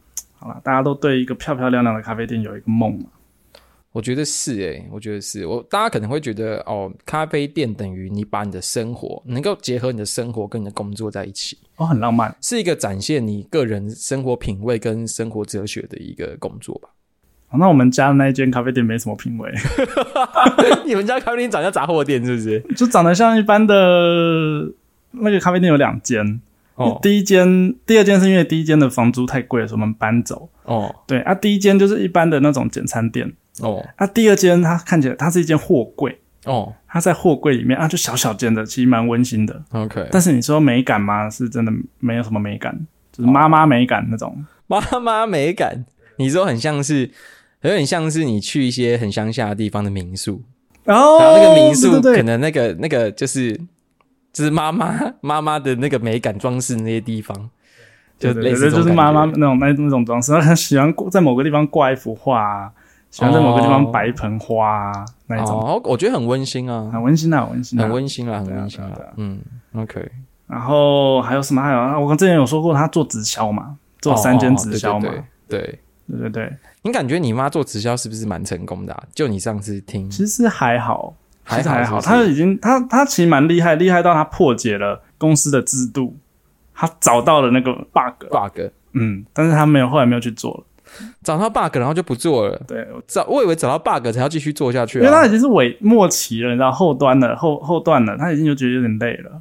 [SPEAKER 1] 好啦，大家都对一个漂漂亮亮的咖啡店有一个梦嘛。
[SPEAKER 2] 我觉得是诶、我觉得是我，大家可能会觉得哦，咖啡店等于你把你的生活能够结合你的生活跟你的工作在一起，
[SPEAKER 1] 哦，很浪漫。
[SPEAKER 2] 是一个展现你个人生活品味跟生活哲学的一个工作吧。
[SPEAKER 1] 好哦那我们家的那一间咖啡店没什么品味，
[SPEAKER 2] 你们家咖啡店长得像杂货店是不是？
[SPEAKER 1] 就长得像一般的那个咖啡店有两间。
[SPEAKER 2] 哦
[SPEAKER 1] 第一间、第二间是因为第一间的房租太贵了，所以我们搬走。
[SPEAKER 2] 哦
[SPEAKER 1] 对啊，第一间就是一般的那种简餐店，
[SPEAKER 2] 哦
[SPEAKER 1] 啊，第二间它看起来它是一间货柜，
[SPEAKER 2] 哦
[SPEAKER 1] 它在货柜里面啊，就小小间的，其实蛮温馨的。
[SPEAKER 2] ，OK，
[SPEAKER 1] 但是你说美感吗？是真的没有什么美感，就是妈妈美感那种。
[SPEAKER 2] 妈妈美感，你说很像是，有点像是你去一些很乡下的地方的民宿，
[SPEAKER 1] 然后
[SPEAKER 2] 然后那个民宿
[SPEAKER 1] 哦对对
[SPEAKER 2] 可
[SPEAKER 1] 对，
[SPEAKER 2] 能那个那个就是就是妈妈妈妈的那个美感装饰那些地方，就
[SPEAKER 1] 对对
[SPEAKER 2] 类
[SPEAKER 1] 对
[SPEAKER 2] 似这种
[SPEAKER 1] 就是妈妈
[SPEAKER 2] 感觉
[SPEAKER 1] 那种那那种装饰，她喜欢在某个地方挂一幅画、啊，喜欢在某个地方摆一盆花、啊那一种，
[SPEAKER 2] 哦，我觉得很温馨啊，
[SPEAKER 1] 很温馨啊，很温馨啊
[SPEAKER 2] 很。温馨啦，很
[SPEAKER 1] 对啊
[SPEAKER 2] 温馨啦
[SPEAKER 1] 对啊对啊，
[SPEAKER 2] 嗯，OK，
[SPEAKER 1] 然后还有什么？还有啊我刚之前有说过，他做直销嘛，做三间直销嘛，
[SPEAKER 2] 哦哦对对对对
[SPEAKER 1] 对对对，
[SPEAKER 2] 你感觉你妈做直销是不是蛮成功的啊？就你上次听，
[SPEAKER 1] 其实还好，其
[SPEAKER 2] 还
[SPEAKER 1] 实
[SPEAKER 2] 好
[SPEAKER 1] 还
[SPEAKER 2] 是
[SPEAKER 1] 好，
[SPEAKER 2] 不是
[SPEAKER 1] 他已经他他其实蛮厉害，厉害到他破解了公司的制度，他找到了那个 bug，
[SPEAKER 2] bug
[SPEAKER 1] 嗯，但是他没有后来没有去做了，
[SPEAKER 2] 找到 bug，然后就不做了。
[SPEAKER 1] 对，
[SPEAKER 2] 找我以为找到 bug 才要继续做下去
[SPEAKER 1] 因为
[SPEAKER 2] 啊
[SPEAKER 1] 他。已经是尾末期了，你知道后端了后后段了，他已经就觉得有点累了。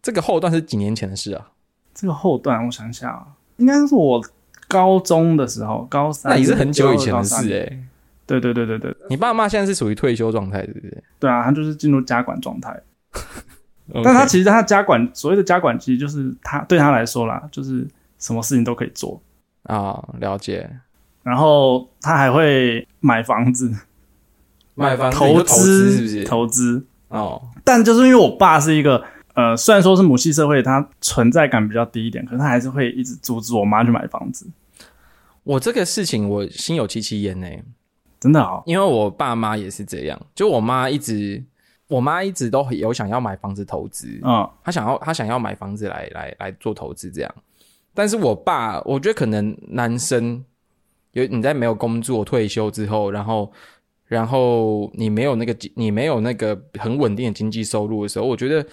[SPEAKER 2] 这个后段是几年前的事啊。
[SPEAKER 1] 这个后段我想想啊，应该是我高中的时候，高三，
[SPEAKER 2] 那也是很久以前
[SPEAKER 1] 高二
[SPEAKER 2] 的事哎、。
[SPEAKER 1] 高三对对对对对
[SPEAKER 2] 你爸妈现在是属于退休状态，对不对？
[SPEAKER 1] 对啊，他就是进入家管状态。但他
[SPEAKER 2] OK
[SPEAKER 1] 其实他家管所谓的家管，其实就是他对他来说啦，就是什么事情都可以做。
[SPEAKER 2] 啊，了解。
[SPEAKER 1] 然后他还会买房子、
[SPEAKER 2] 卖方
[SPEAKER 1] 投
[SPEAKER 2] 资是不是？
[SPEAKER 1] 投资。
[SPEAKER 2] 哦，
[SPEAKER 1] 但就是因为我爸是一个呃，虽然说是母系社会，他存在感比较低一点，可是他还是会一直阻止我妈去买房子。
[SPEAKER 2] 我这个事情我心有戚戚焉呢、
[SPEAKER 1] 真的哦，
[SPEAKER 2] 因为我爸妈也是这样，就我妈一直，我妈一直都有想要买房子投资，
[SPEAKER 1] 嗯，
[SPEAKER 2] 她想要她想要买房子来来来做投资这样。但是我爸，我觉得可能男生有你在没有工作退休之后，然后然后你没有那个经你没有那个很稳定的经济收入的时候，我觉得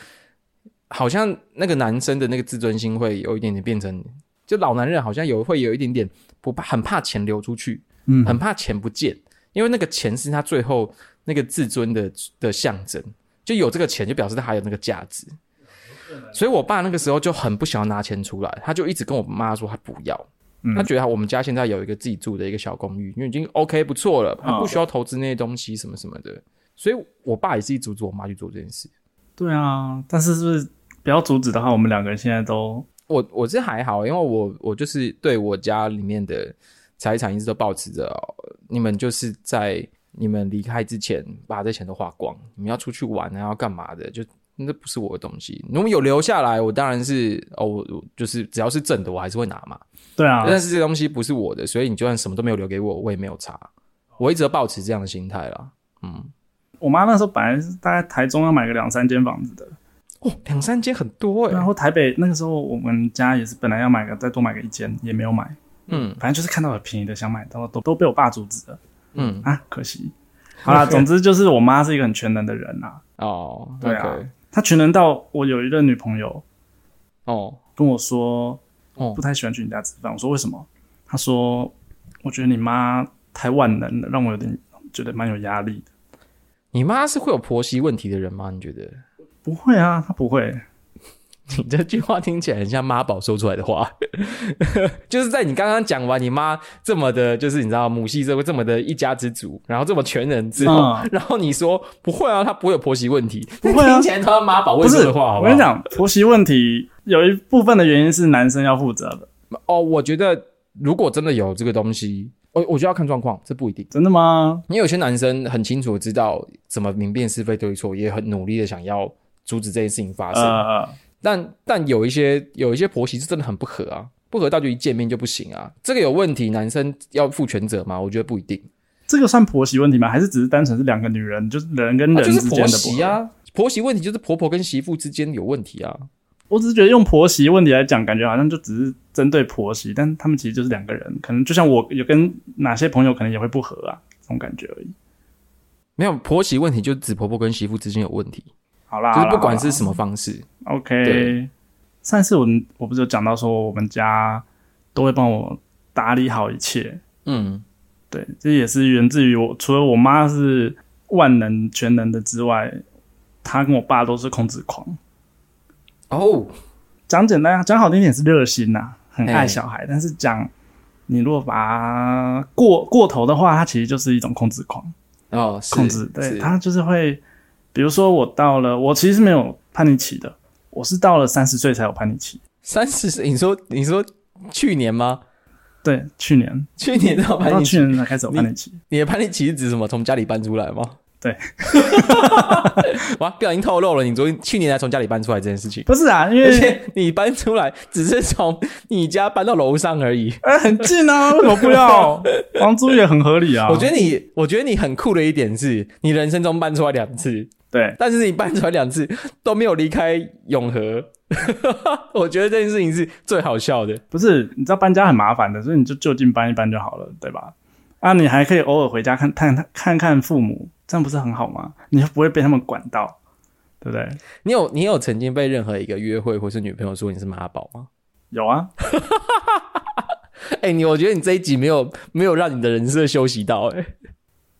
[SPEAKER 2] 好像那个男生的那个自尊心会有一点点变成，就老男人好像有会有一点点不怕很怕钱流出去，
[SPEAKER 1] 嗯
[SPEAKER 2] 很怕钱不见，因为那个钱是他最后那个自尊的的象征，就有这个钱就表示他还有那个价值。所以，我爸那个时候就很不想要拿钱出来，他就一直跟我妈说他不要，
[SPEAKER 1] 嗯
[SPEAKER 2] 他觉得我们家现在有一个自己住的一个小公寓，因为已经 OK 不错了，他不需要投资那些东西什么什么的。所以，我爸也是一直阻止我妈去做这件事。
[SPEAKER 1] 对啊。但是是不是不要阻止的话，我们两个人现在都
[SPEAKER 2] 我我是还好，因为我我就是对我家里面的财产一直都保持着、哦，你们就是在你们离开之前把这钱都花光，你们要出去玩啊，要干嘛的，就那不是我的东西。如果有留下来，我当然是哦，我我就是只要是正的，我还是会拿嘛。
[SPEAKER 1] 对啊，
[SPEAKER 2] 但是这东西不是我的，所以你就算什么都没有留给我，我也没有差。我一直都保持这样的心态啦。嗯，
[SPEAKER 1] 我妈那时候本来是大概台中要买个两三间房子的，
[SPEAKER 2] 哦，两三间很多哎、
[SPEAKER 1] 然后台北那个时候我们家也是本来要买个再多买个一间，也没有买，
[SPEAKER 2] 嗯
[SPEAKER 1] 反正就是看到有便宜的想买，都都都被我爸阻止了
[SPEAKER 2] 嗯，
[SPEAKER 1] 啊，可惜。好啦，总之就是我妈是一个很全能的人啦，
[SPEAKER 2] 哦，
[SPEAKER 1] 对啊
[SPEAKER 2] OK，
[SPEAKER 1] 她全能到我有一任女朋友
[SPEAKER 2] 哦
[SPEAKER 1] 跟我说
[SPEAKER 2] 哦
[SPEAKER 1] 不，太喜欢去你家吃饭，我说为什么？她说我觉得你妈太万能了，让我有点觉得蛮有压力的。
[SPEAKER 2] 你妈是会有婆媳问题的人吗？你觉得？
[SPEAKER 1] 不会啊，她不会，
[SPEAKER 2] 你这句话听起来很像妈宝说出来的话， 就是在你刚刚讲完你妈这么的，就是你知道母系社会这么的一家之主，然后这么全能之后，
[SPEAKER 1] 嗯
[SPEAKER 2] 然后你说不会啊，她不会有婆媳问题，
[SPEAKER 1] 不会啊
[SPEAKER 2] 听起来她妈宝会
[SPEAKER 1] 不
[SPEAKER 2] 说
[SPEAKER 1] 是
[SPEAKER 2] 的话好好
[SPEAKER 1] 我跟你讲，婆媳问题有一部分的原因是男生要负责的，
[SPEAKER 2] 哦，我觉得如果真的有这个东西，我我觉得要看状况，这不一定。
[SPEAKER 1] 真的吗？
[SPEAKER 2] 因为有些男生很清楚地知道怎么明辨是非对错，也很努力的想要阻止这件事情发生。
[SPEAKER 1] 呃，
[SPEAKER 2] 但但有一些有一些婆媳是真的很不合啊，不合到就一见面就不行啊，这个有问题，男生要负全责吗？我觉得不一定，
[SPEAKER 1] 这个算婆媳问题吗？还是只是单纯是两个女人，就是人跟
[SPEAKER 2] 啊
[SPEAKER 1] 人
[SPEAKER 2] 就
[SPEAKER 1] 之
[SPEAKER 2] 是
[SPEAKER 1] 间的不
[SPEAKER 2] 婆媳
[SPEAKER 1] 和？
[SPEAKER 2] 啊，婆媳问题就是婆婆跟媳妇之间有问题啊。
[SPEAKER 1] 我只是觉得用婆媳问题来讲，感觉好像就只是针对婆媳，但他们其实就是两个人，可能就像我有跟哪些朋友可能也会不和啊，这种感觉而已。
[SPEAKER 2] 没有婆媳问题，就是指婆婆跟媳妇之间有问题，
[SPEAKER 1] 好啊啦，
[SPEAKER 2] 就是不管是
[SPEAKER 1] 好
[SPEAKER 2] 什么方式，
[SPEAKER 1] 啦好啦 OK
[SPEAKER 2] 对。
[SPEAKER 1] 上次我们我不是有讲到说我们家都会帮我打理好一切，
[SPEAKER 2] 嗯，
[SPEAKER 1] 对，这也是源自于我除了我妈是万能全能的之外，她跟我爸都是控制狂。
[SPEAKER 2] 哦，
[SPEAKER 1] 讲简单讲好听一点是热心呐、很爱
[SPEAKER 2] 嘿
[SPEAKER 1] 小孩，但是讲你如果把它过过头的话，它其实就是一种控制狂，
[SPEAKER 2] 哦，是
[SPEAKER 1] 控制
[SPEAKER 2] 是
[SPEAKER 1] 对他就是会，比如说我到了，我其实是没有叛逆期的，我是到了三十岁才有叛逆期，
[SPEAKER 2] 三四十，你说你说去年吗？
[SPEAKER 1] 对，去年
[SPEAKER 2] 去年 到
[SPEAKER 1] 我
[SPEAKER 2] 叛
[SPEAKER 1] 到
[SPEAKER 2] 逆期，
[SPEAKER 1] 去年才开始有叛逆期，
[SPEAKER 2] 你的叛逆期是指什么？从家里搬出来吗？
[SPEAKER 1] 对，
[SPEAKER 2] 哇，不小心透露了，你昨天去年才从家里搬出来这件事情。
[SPEAKER 1] 不是啊，因
[SPEAKER 2] 而
[SPEAKER 1] 为
[SPEAKER 2] 且你搬出来只是从你家搬到楼上而已。
[SPEAKER 1] 哎、很近 啊，为什么不要？房租也很合理啊，
[SPEAKER 2] 我觉得你，我觉得你很酷的一点是，你人生中搬出来两次，
[SPEAKER 1] 对，
[SPEAKER 2] 但是你搬出来两次都没有离开永和。 我觉得这件事情是最好笑的。
[SPEAKER 1] 不是你知道搬家很麻烦的，所以你就就近搬一搬就好了，对吧？啊，你还可以偶尔回家看看看看父母，这样不是很好吗？你就不会被他们管到，对不对？
[SPEAKER 2] 你有你有曾经被任何一个约会或是女朋友说你是妈宝吗？
[SPEAKER 1] 有啊，
[SPEAKER 2] 哎、你我觉得你这一集没有没有让你的人设休息到、哎，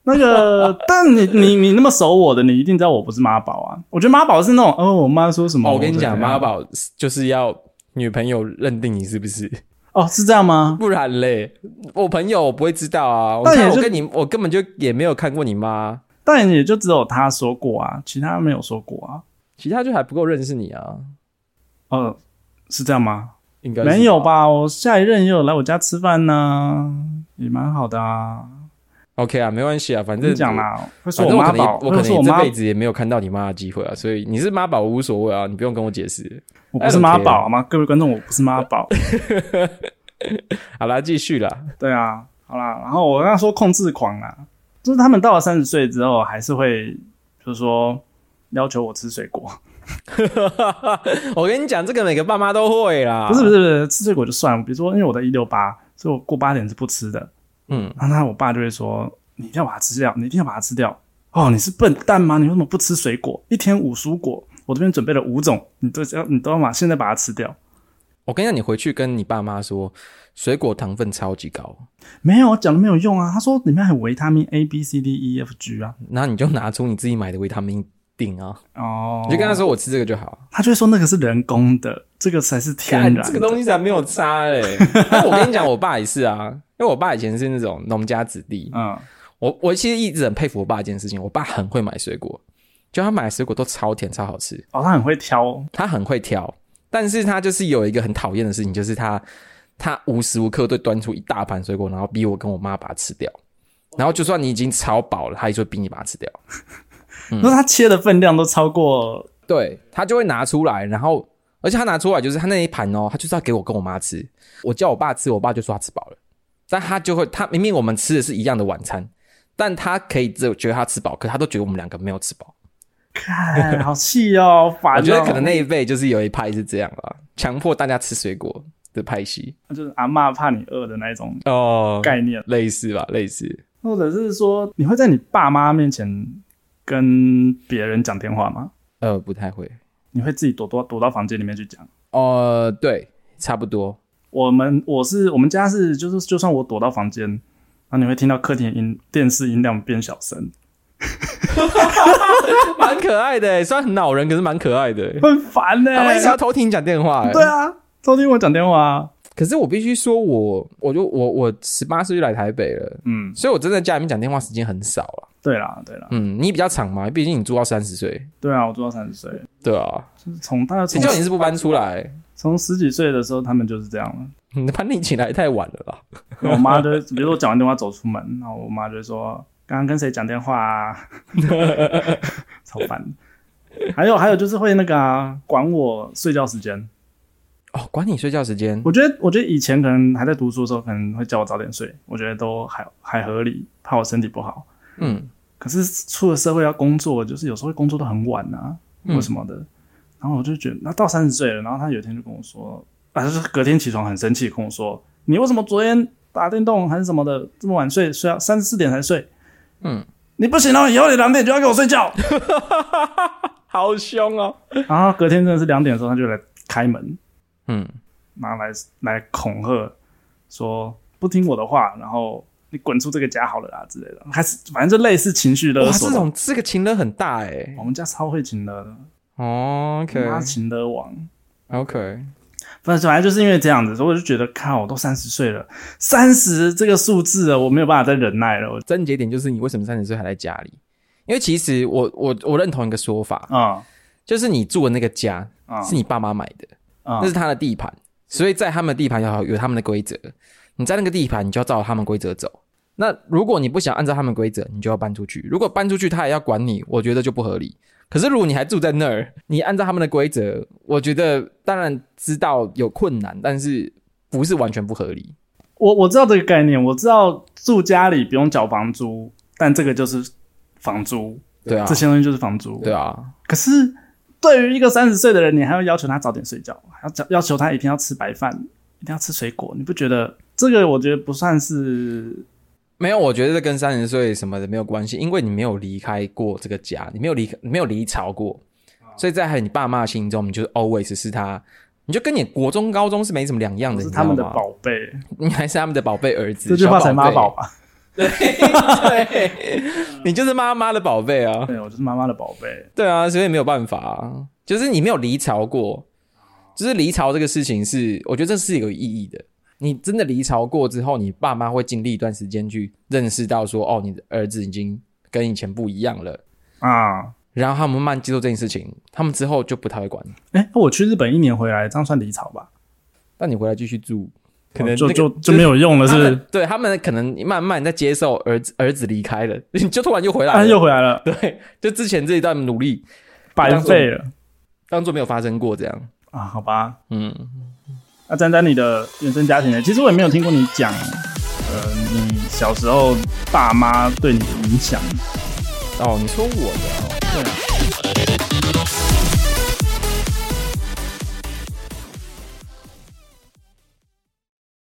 [SPEAKER 1] 那 个，但你你你那么熟我的，你一定知道我不是妈宝啊。我觉得妈宝是那种，哦，我妈说什么、
[SPEAKER 2] 哦，我跟你讲，
[SPEAKER 1] 就怎样
[SPEAKER 2] 妈宝就是要女朋友认定你是不是，
[SPEAKER 1] 哦是这样吗？
[SPEAKER 2] 不然嘞，我朋友我不会知道啊。我
[SPEAKER 1] 但
[SPEAKER 2] 看
[SPEAKER 1] 也
[SPEAKER 2] 我
[SPEAKER 1] 是
[SPEAKER 2] 跟你，我根本就也没有看过你妈，
[SPEAKER 1] 但也就只有她说过啊，其他没有说过啊。
[SPEAKER 2] 其他就还不够认识你啊。
[SPEAKER 1] 呃，是这样吗？
[SPEAKER 2] 应该是
[SPEAKER 1] 没有？吧？我下一任也有来我家吃饭呢、也蛮好的啊。
[SPEAKER 2] OK 啊，没关系啊，反
[SPEAKER 1] 跟
[SPEAKER 2] 正
[SPEAKER 1] 你讲，啦，会说
[SPEAKER 2] 反
[SPEAKER 1] 我
[SPEAKER 2] 正我
[SPEAKER 1] 妈
[SPEAKER 2] 可能
[SPEAKER 1] 宝，
[SPEAKER 2] 也我可
[SPEAKER 1] 会说
[SPEAKER 2] 能
[SPEAKER 1] 我
[SPEAKER 2] 也这
[SPEAKER 1] 妈，
[SPEAKER 2] 辈子也没有看到你妈的机会啊，所以你是妈宝无所谓啊，你不用跟我解释。
[SPEAKER 1] 我不是妈宝好
[SPEAKER 2] 啊
[SPEAKER 1] 吗？各位观众，我不是妈宝。
[SPEAKER 2] 好啦，继续啦。
[SPEAKER 1] 对啊，好啦，然后我刚刚说控制狂啦，就是他们到了三十岁之后，还是会就是说要求我吃水果，
[SPEAKER 2] 我跟你讲，这个每个爸妈都会啦。
[SPEAKER 1] 不是不
[SPEAKER 2] 是，
[SPEAKER 1] 是不是吃水果就算了，比如说因为我的一六八，所以我过八点是不吃的，
[SPEAKER 2] 嗯，
[SPEAKER 1] 然后他我爸就会说你一定要把它吃掉，你一定要把它吃掉。哦，你是笨蛋吗？你为什么不吃水果？一天五蔬果，我这边准备了五种，你都要你都要把现在把它吃掉。
[SPEAKER 2] 我跟你讲，你回去跟你爸妈说，水果糖分超级高，
[SPEAKER 1] 没有，我讲的没有用啊。他说里面还有维他命 A、B、C、D、E、F、G 啊。
[SPEAKER 2] 然后你就拿出你自己买的维他命锭啊，
[SPEAKER 1] 哦，
[SPEAKER 2] 你就跟他，说我吃这个就好。
[SPEAKER 1] 他就会说那个是人工的，这个才是天然
[SPEAKER 2] 看
[SPEAKER 1] 的。
[SPEAKER 2] 这个东西才没有差嘞、但我跟你讲，我爸也是啊，因为我爸以前是那种农家子弟，
[SPEAKER 1] 嗯，
[SPEAKER 2] 我我其实一直很佩服我爸一件事情，我爸很会买水果，就他买的水果都超甜超好吃，
[SPEAKER 1] 哦，他很会挑，
[SPEAKER 2] 他很会挑，但是他就是有一个很讨厌的事情，就是他他无时无刻都端出一大盘水果，然后逼我跟我妈把它吃掉，然后就算你已经超饱了，他也就逼你把它吃掉。嗯
[SPEAKER 1] 那、他切的分量都超过，
[SPEAKER 2] 对他就会拿出来，然后而且他拿出来就是他那一盘哦，他就是要给我跟我妈吃。我叫我爸吃，我爸就说他吃饱了，但他就会他明明我们吃的是一样的晚餐，但他可以只有觉得他吃饱，可他都觉得我们两个没有吃饱。
[SPEAKER 1] 看，好气哦，好烦、哦。
[SPEAKER 2] 我觉得可能啊那一辈就是有一派是这样啦，强迫大家吃水果的派系
[SPEAKER 1] 就是阿嬷怕你饿的那一种
[SPEAKER 2] 哦
[SPEAKER 1] 概念。
[SPEAKER 2] 类似吧，类似。
[SPEAKER 1] 或者是说，你会在你爸妈面前跟别人讲电话吗？
[SPEAKER 2] 呃，不太会。
[SPEAKER 1] 你会自己躲躲躲到房间里面去讲？
[SPEAKER 2] 呃，对，差不 多。
[SPEAKER 1] 我们我是我们家是就是就算我躲到房间，然后你会听到客厅音电视音量变小声，
[SPEAKER 2] 蛮可爱的欸，虽然很恼人，可是蛮可爱 的欸。
[SPEAKER 1] 很烦呢、
[SPEAKER 2] 他们一直要偷听你讲电话欸，
[SPEAKER 1] 对啊，偷听我讲电话啊，
[SPEAKER 2] 可是我必须说我，我就我我十八岁就来台北了，
[SPEAKER 1] 嗯，
[SPEAKER 2] 所以我真的在家里面讲电话时间很少啊。
[SPEAKER 1] 对啦，对啦，
[SPEAKER 2] 嗯，你比较长嘛，毕竟你住到三十岁，
[SPEAKER 1] 对啊，我做到三十岁，
[SPEAKER 2] 对啊，
[SPEAKER 1] 就是从大概
[SPEAKER 2] 谁
[SPEAKER 1] 从
[SPEAKER 2] 叫你是不搬出来？
[SPEAKER 1] 从十几岁的时候，他们就是这样了。
[SPEAKER 2] 你搬你起来太晚了啦。
[SPEAKER 1] 然后我妈就会比如说我讲完电话走出门，然后我妈就会说：“刚刚跟谁讲电话啊？” 超烦。还有还有就是会那个啊，管我睡觉时间。
[SPEAKER 2] 哦，管你睡觉时间，
[SPEAKER 1] 我觉得我觉得以前可能还在读书的时候，可能会叫我早点睡，我觉得都还还合理，怕我身体不好。
[SPEAKER 2] 嗯，
[SPEAKER 1] 可是出了社会要工作，就是有时候会工作到很晚啊，
[SPEAKER 2] 嗯
[SPEAKER 1] 或什么的。然后我就觉得，那到三十岁了，然后他有一天就跟我说，啊，就是隔天起床很生气，跟我说，你为什么昨天打电动还是什么的，这么晚睡，睡到三四点才睡？
[SPEAKER 2] 嗯，
[SPEAKER 1] 你不行哦，以后你两点就要给我睡觉。
[SPEAKER 2] 好凶哦。
[SPEAKER 1] 然后隔天真的是两点的时候，他就来开门，
[SPEAKER 2] 嗯，
[SPEAKER 1] 然后来来恐吓，说不听我的话，然后你滚出这个家好了啊啦之类的，还是反正就类似情绪勒
[SPEAKER 2] 哇，
[SPEAKER 1] 索
[SPEAKER 2] 这
[SPEAKER 1] 的。
[SPEAKER 2] 种这个情勒很大哎。
[SPEAKER 1] 我们家超会情勒的，
[SPEAKER 2] 哦
[SPEAKER 1] 我妈情勒王。
[SPEAKER 2] ，OK，OK，
[SPEAKER 1] 反正反正就是因为这样子，所以我就觉得，靠，我都三十岁了，三十这个数字了，我没有办法再忍耐了。我
[SPEAKER 2] 症结点就是你为什么三十岁还在家里？因为其实我我我认同一个说法，
[SPEAKER 1] 啊
[SPEAKER 2] 就是你住的那个家
[SPEAKER 1] 啊
[SPEAKER 2] 是你爸妈买的。
[SPEAKER 1] 啊
[SPEAKER 2] 那是他的地盘，所以在他们的地盘要有他们的规则。你在那个地盘，你就要照他们规则走。那如果你不想按照他们规则，你就要搬出去。如果搬出去，他也要管你，我觉得就不合理。可是如果你还住在那儿，你按照他们的规则，我觉得当然知道有困难，但是不是完全不合理。
[SPEAKER 1] 我我知道这个概念，我知道住家里不用缴房租，但这个就是房租，
[SPEAKER 2] 对啊
[SPEAKER 1] 这，些东西就是房租。
[SPEAKER 2] 对啊，
[SPEAKER 1] 可是对于一个三十岁的人，你还要要求他早点睡觉，还要讲要求他一定要吃白饭，一定要吃水果，你不觉得这个？我觉得不算是
[SPEAKER 2] 没有，我觉得这跟三十岁什么的没有关系，因为你没有离开过这个家，你没有离开，你没有离巢过，
[SPEAKER 1] 啊
[SPEAKER 2] 所以在你爸妈心中，你就是 always 是他，你就跟你国中、高中是没什么两样的，
[SPEAKER 1] 是
[SPEAKER 2] 你知
[SPEAKER 1] 他
[SPEAKER 2] 道
[SPEAKER 1] 们的
[SPEAKER 2] 吗？
[SPEAKER 1] 宝贝，
[SPEAKER 2] 你还是他们的宝贝儿子，
[SPEAKER 1] 这句话才妈
[SPEAKER 2] 小
[SPEAKER 1] 宝
[SPEAKER 2] 贝。
[SPEAKER 1] 吧？
[SPEAKER 2] 对，你就是妈妈的宝贝啊。
[SPEAKER 1] 对，我就是妈妈的宝贝。
[SPEAKER 2] 对啊，所以没有办法啊，就是你没有离巢
[SPEAKER 1] 哦
[SPEAKER 2] 过，就是离巢这个事情是，我觉得这是有意义的。你真的离巢过之后，你爸妈会经历一段时间去认识到说，哦，你的儿子已经跟以前不一样了，
[SPEAKER 1] 啊，
[SPEAKER 2] 然后他们慢慢接受这件事情，他们之后就不太会管你。
[SPEAKER 1] 哎、我去日本一年回来，这样算离巢吧？
[SPEAKER 2] 但你回来继续住，可能、
[SPEAKER 1] 哦就
[SPEAKER 2] 那个
[SPEAKER 1] 就就没有用了，是
[SPEAKER 2] 他
[SPEAKER 1] 不
[SPEAKER 2] 们
[SPEAKER 1] 是？
[SPEAKER 2] 对他们可能慢慢在接受儿子儿子离开了，你就突然又回来
[SPEAKER 1] 啊，
[SPEAKER 2] 了，
[SPEAKER 1] 又回来了，
[SPEAKER 2] 对，就之前这一段努力
[SPEAKER 1] 白费了
[SPEAKER 2] 当做没有发生过这样，
[SPEAKER 1] 啊，好吧。
[SPEAKER 2] 嗯。
[SPEAKER 1] 那詹詹，你的原生家庭呢？其实我也没有听过你讲，呃，你小时候爸妈对你的影响。
[SPEAKER 2] 哦，你说我的哦，对啊。